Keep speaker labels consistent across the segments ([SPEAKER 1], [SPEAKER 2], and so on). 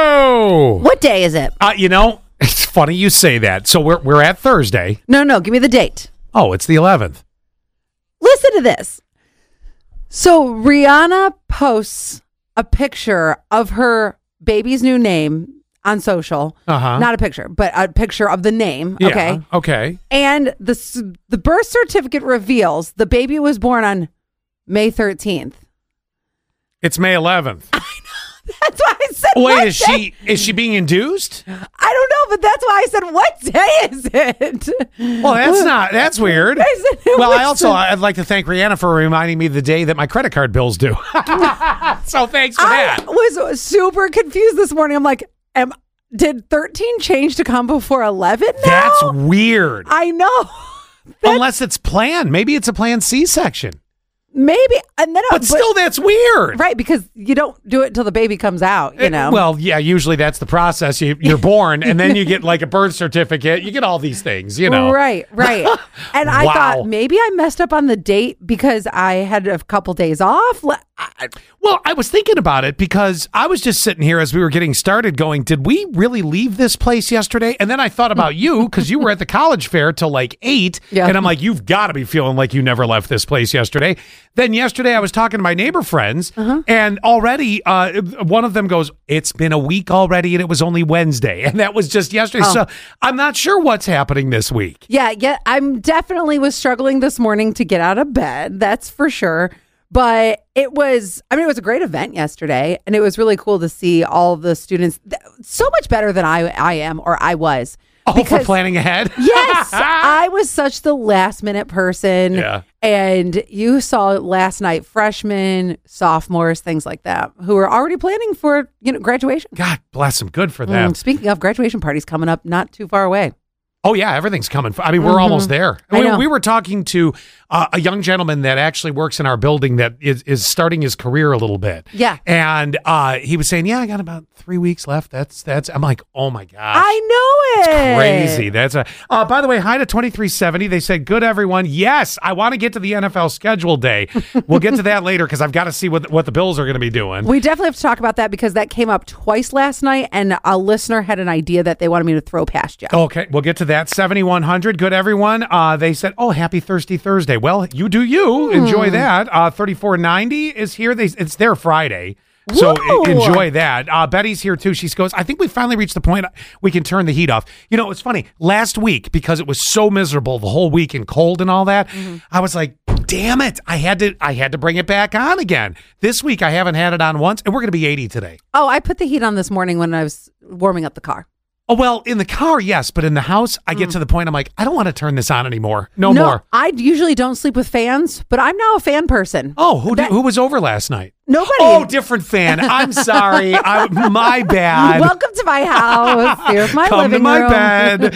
[SPEAKER 1] Oh,
[SPEAKER 2] What day is it?
[SPEAKER 1] uh, you know, it's funny you say that. So we're we're at Thursday.
[SPEAKER 2] No, no, give me the date.
[SPEAKER 1] Oh, it's the 11th.
[SPEAKER 2] Listen to this. So Rihanna posts a picture of her baby's new name on social.
[SPEAKER 1] Uh-huh.
[SPEAKER 2] Not a picture, but a picture of the name.
[SPEAKER 1] Yeah,
[SPEAKER 2] Okay.
[SPEAKER 1] Okay.
[SPEAKER 2] And the s- the birth certificate reveals the baby was born on May 13th.
[SPEAKER 1] It's May 11th.
[SPEAKER 2] That's why I said. what
[SPEAKER 1] Wait, is
[SPEAKER 2] day?
[SPEAKER 1] she is she being induced?
[SPEAKER 2] I don't know, but that's why I said, "What day is it?"
[SPEAKER 1] Well, that's not. That's weird.
[SPEAKER 2] I said it
[SPEAKER 1] Well, I
[SPEAKER 2] was-
[SPEAKER 1] also I'd like to thank Rihanna for reminding me the day that my credit card bill's due. so thanks for
[SPEAKER 2] I
[SPEAKER 1] that.
[SPEAKER 2] was super confused this morning. I'm like, am did 13 change to come before 11 now?
[SPEAKER 1] That's weird.
[SPEAKER 2] I know.
[SPEAKER 1] Unless it's planned. Maybe it's a planned C-section.
[SPEAKER 2] Maybe and then I-
[SPEAKER 1] But, still, that's weird.
[SPEAKER 2] right because you don't do it until the baby comes out, you
[SPEAKER 1] It-
[SPEAKER 2] know.
[SPEAKER 1] Eh, well, yeah. Usually that's the process. You, you're born, and then you get like a birth certificate. You get all these things. You know.
[SPEAKER 2] Right, right. And I
[SPEAKER 1] Wow.
[SPEAKER 2] thought maybe I messed up on the date because I had a couple days off. Le- I-
[SPEAKER 1] Well, I was thinking about it because I was just sitting here as we were getting started going, did we really leave this place yesterday? And then I thought about you because you were at the college fair till like eight.
[SPEAKER 2] Yeah.
[SPEAKER 1] And I'm like, you've got to be feeling like you never left this place yesterday. Then yesterday I was talking to my neighbor friends
[SPEAKER 2] Uh-huh.
[SPEAKER 1] and already uh, one of them goes, it's been a week already and it was only Wednesday. And that was just yesterday.
[SPEAKER 2] Oh.
[SPEAKER 1] So I'm not sure what's happening this week.
[SPEAKER 2] Yeah, yeah, I'm definitely was struggling this morning to get out of bed. That's for sure. But it was, I mean, it was a great event yesterday, and it was really cool to see all the students th- so much better than I I am or I was.
[SPEAKER 1] Oh, for
[SPEAKER 2] Because-
[SPEAKER 1] planning ahead?
[SPEAKER 2] Yes, I was such the last minute person.
[SPEAKER 1] Yeah.
[SPEAKER 2] And you saw last night freshmen, sophomores, things like that, who are already planning for you know graduation.
[SPEAKER 1] God bless them. Good for them.
[SPEAKER 2] Mm, speaking of graduation parties coming up, not too far away.
[SPEAKER 1] Oh yeah, everything's coming. I mean, we're almost there.
[SPEAKER 2] Mm-hmm. I
[SPEAKER 1] We,
[SPEAKER 2] know.
[SPEAKER 1] we were talking to uh, a young gentleman that actually works in our building that is, is starting his career a little bit.
[SPEAKER 2] Yeah.
[SPEAKER 1] and uh, he was saying, "Yeah, I got about three weeks left." That's that's. I'm like, "Oh my gosh."
[SPEAKER 2] I know it.
[SPEAKER 1] Crazy. That's a. Uh, by the way, hi to twenty three seventy. They said, "Good everyone." Yes, I want to get to the NFL schedule day. We'll get to that later because I've got to see what what the Bills are going to be doing.
[SPEAKER 2] We definitely have to talk about that because that came up twice last night, and a listener had an idea that they wanted me to throw past you.
[SPEAKER 1] Okay, we'll get to that. 7100. Good, everyone. Uh, they said, oh, happy Thirsty Thursday. Well, you do you. Enjoy that. Uh, 3490 is here. They, it's their Friday. So
[SPEAKER 2] Woo!
[SPEAKER 1] e- enjoy that. Uh, Betty's here too. She goes, I think we finally reached the point we can turn the heat off. You know, it's funny. Last week, because it was so miserable the whole week and cold and all that, I was like, damn it. I had to I had to bring it back on again. This week I haven't had it on once, and we're gonna be 80 today.
[SPEAKER 2] Oh, I put the heat on this morning when I was warming up the car.
[SPEAKER 1] Oh well, in the car, yes, but in the house, I
[SPEAKER 2] Mm.
[SPEAKER 1] get to the point I'm like, I don't want to turn this on anymore. No, more.
[SPEAKER 2] I usually don't sleep with fans, but I'm now a fan person.
[SPEAKER 1] Oh, who did, who was over last night?
[SPEAKER 2] Nobody.
[SPEAKER 1] Oh, different fan. I'm sorry. I, my bad.
[SPEAKER 2] Welcome to my house. Here's my
[SPEAKER 1] Come
[SPEAKER 2] living
[SPEAKER 1] to my
[SPEAKER 2] room.
[SPEAKER 1] bed.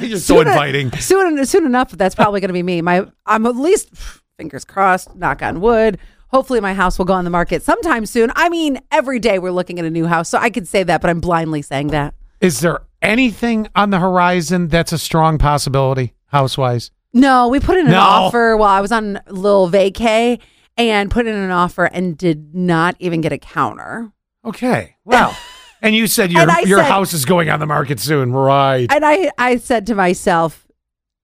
[SPEAKER 1] You're so
[SPEAKER 2] Soon-
[SPEAKER 1] inviting.
[SPEAKER 2] Soon, soon enough, that's probably going to be me. My, I'm at least fingers crossed. Knock on wood. Hopefully, my house will go on the market sometime soon. I mean, every day we're looking at a new house, so I could say that, but I'm blindly saying that.
[SPEAKER 1] Is there anything on the horizon that's a strong possibility, housewise?
[SPEAKER 2] No, we put in an
[SPEAKER 1] No.
[SPEAKER 2] offer while I was on Lil Vacay and put in an offer and did not even get a counter.
[SPEAKER 1] Okay. Well, and you said your
[SPEAKER 2] And I
[SPEAKER 1] your
[SPEAKER 2] said-
[SPEAKER 1] house is going on the market soon, right?
[SPEAKER 2] And I, I said to myself,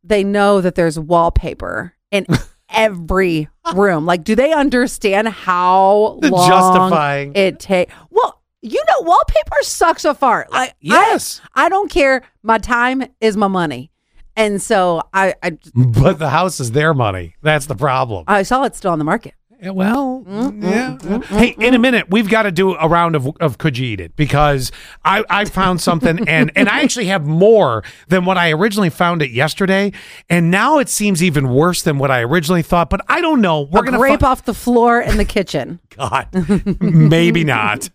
[SPEAKER 2] they know that there's wallpaper in every room. Like, do they understand how
[SPEAKER 1] The
[SPEAKER 2] long
[SPEAKER 1] justifying.
[SPEAKER 2] it takes? Well, you know, wallpaper sucks a fart. Like, I-
[SPEAKER 1] Uh, yes.
[SPEAKER 2] I, don't care. My time is my money, and so I, I,
[SPEAKER 1] but the house is their money. That's the problem.
[SPEAKER 2] I saw it's still on the market.
[SPEAKER 1] Yeah, Eh, Well, yeah. hey, in a minute, we've got to do a round of, of could you eat it because I, I found something and, and I actually have more than what I originally found it yesterday. And now it seems even worse than what I originally thought, but I don't know. We're
[SPEAKER 2] A
[SPEAKER 1] going to
[SPEAKER 2] grape off the floor in the kitchen.
[SPEAKER 1] God, maybe not.